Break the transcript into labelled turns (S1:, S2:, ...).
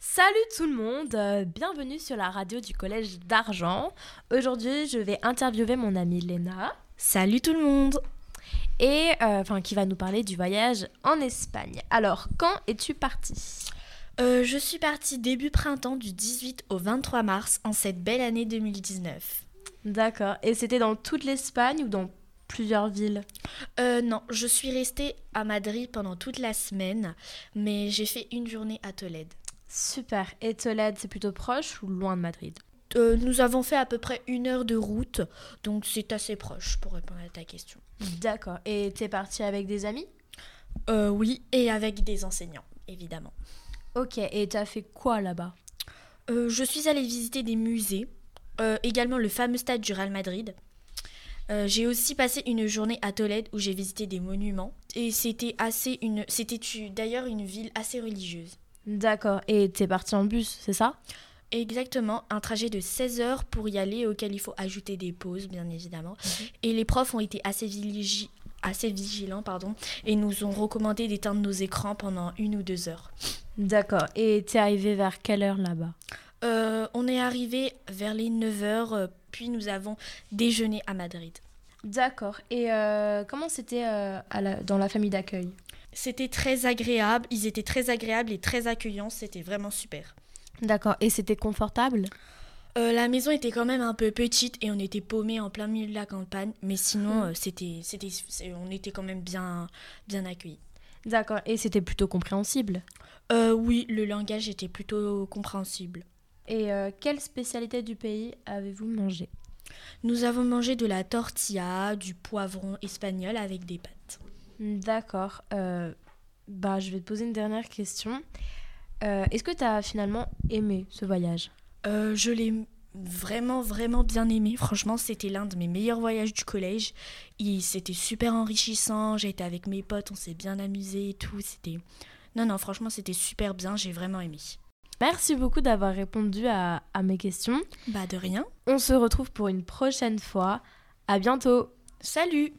S1: Salut tout le monde, euh, bienvenue sur la radio du Collège d'Argent. Aujourd'hui, je vais interviewer mon amie Léna,
S2: Salut tout le monde
S1: et, euh, enfin, qui va nous parler du voyage en Espagne. Alors, quand es-tu partie
S2: Euh, Je suis partie début printemps du 18 au 23 mars en cette belle année 2019.
S1: D'accord, et c'était dans toute l'Espagne ou dans plusieurs villes
S2: Euh, non, je suis restée à Madrid pendant toute la semaine, mais j'ai fait une journée à Tolède.
S1: Super, et Tolède, c'est plutôt proche ou loin de Madrid
S2: Euh, nous avons fait à peu près une heure de route, donc c'est assez proche pour répondre à ta question.
S1: D'accord, et t'es partie avec des amis
S2: Euh, oui, et avec des enseignants, évidemment.
S1: Ok, et t'as fait quoi là-bas
S2: Euh, je suis allée visiter des musées, euh, également le fameux stade du Real Madrid. Euh, j'ai aussi passé une journée à Tolède où j'ai visité des monuments et c'était assez une c'était une- d'ailleurs une ville assez religieuse.
S1: D'accord, et t'es partie en bus, c'est ça
S2: Exactement, un trajet de 16 heures pour y aller auquel il faut ajouter des pauses bien évidemment et les profs ont été assez viligi- assez vigilants pardon et nous ont recommandé d'éteindre nos écrans pendant une ou deux heures.
S1: D'accord, et t'es arrivée vers quelle heure là-bas
S2: Euh, on est arrivé vers les 9 heures euh, puis nous avons déjeuné à Madrid.
S1: D'accord. Et euh, comment c'était euh, à la- dans la famille d'accueil
S2: C'était très agréable, ils étaient très agréables et très accueillants, c'était vraiment super.
S1: D'accord. Et c'était confortable
S2: Euh, la maison était quand même un peu petite et on était paumés en plein milieu de la campagne, mais sinon euh, c'était, c'était, c'est- on était quand même bien, bien accueillis.
S1: D'accord. Et c'était plutôt compréhensible
S2: Euh, oui, le langage était plutôt compréhensible.
S1: Et euh, quelle spécialité du pays avez-vous mangé
S2: Nous avons mangé de la tortilla, du poivron espagnol avec des pâtes.
S1: D'accord. Euh, bah, je vais te poser une dernière question. Euh, Est-ce que tu as finalement aimé ce voyage
S2: Euh, je l'ai vraiment, vraiment bien aimé. Franchement, c'était l'un de mes meilleurs voyages du collège. Il- C'était super enrichissant. J'ai été avec mes potes, on s'est bien amusé et tout. C'était. Non, non, franchement, c'était super bien. J'ai vraiment aimé.
S1: Merci beaucoup d'avoir répondu à- à mes questions.
S2: Bah, de rien.
S1: On se retrouve pour une prochaine fois. À bientôt
S2: Salut!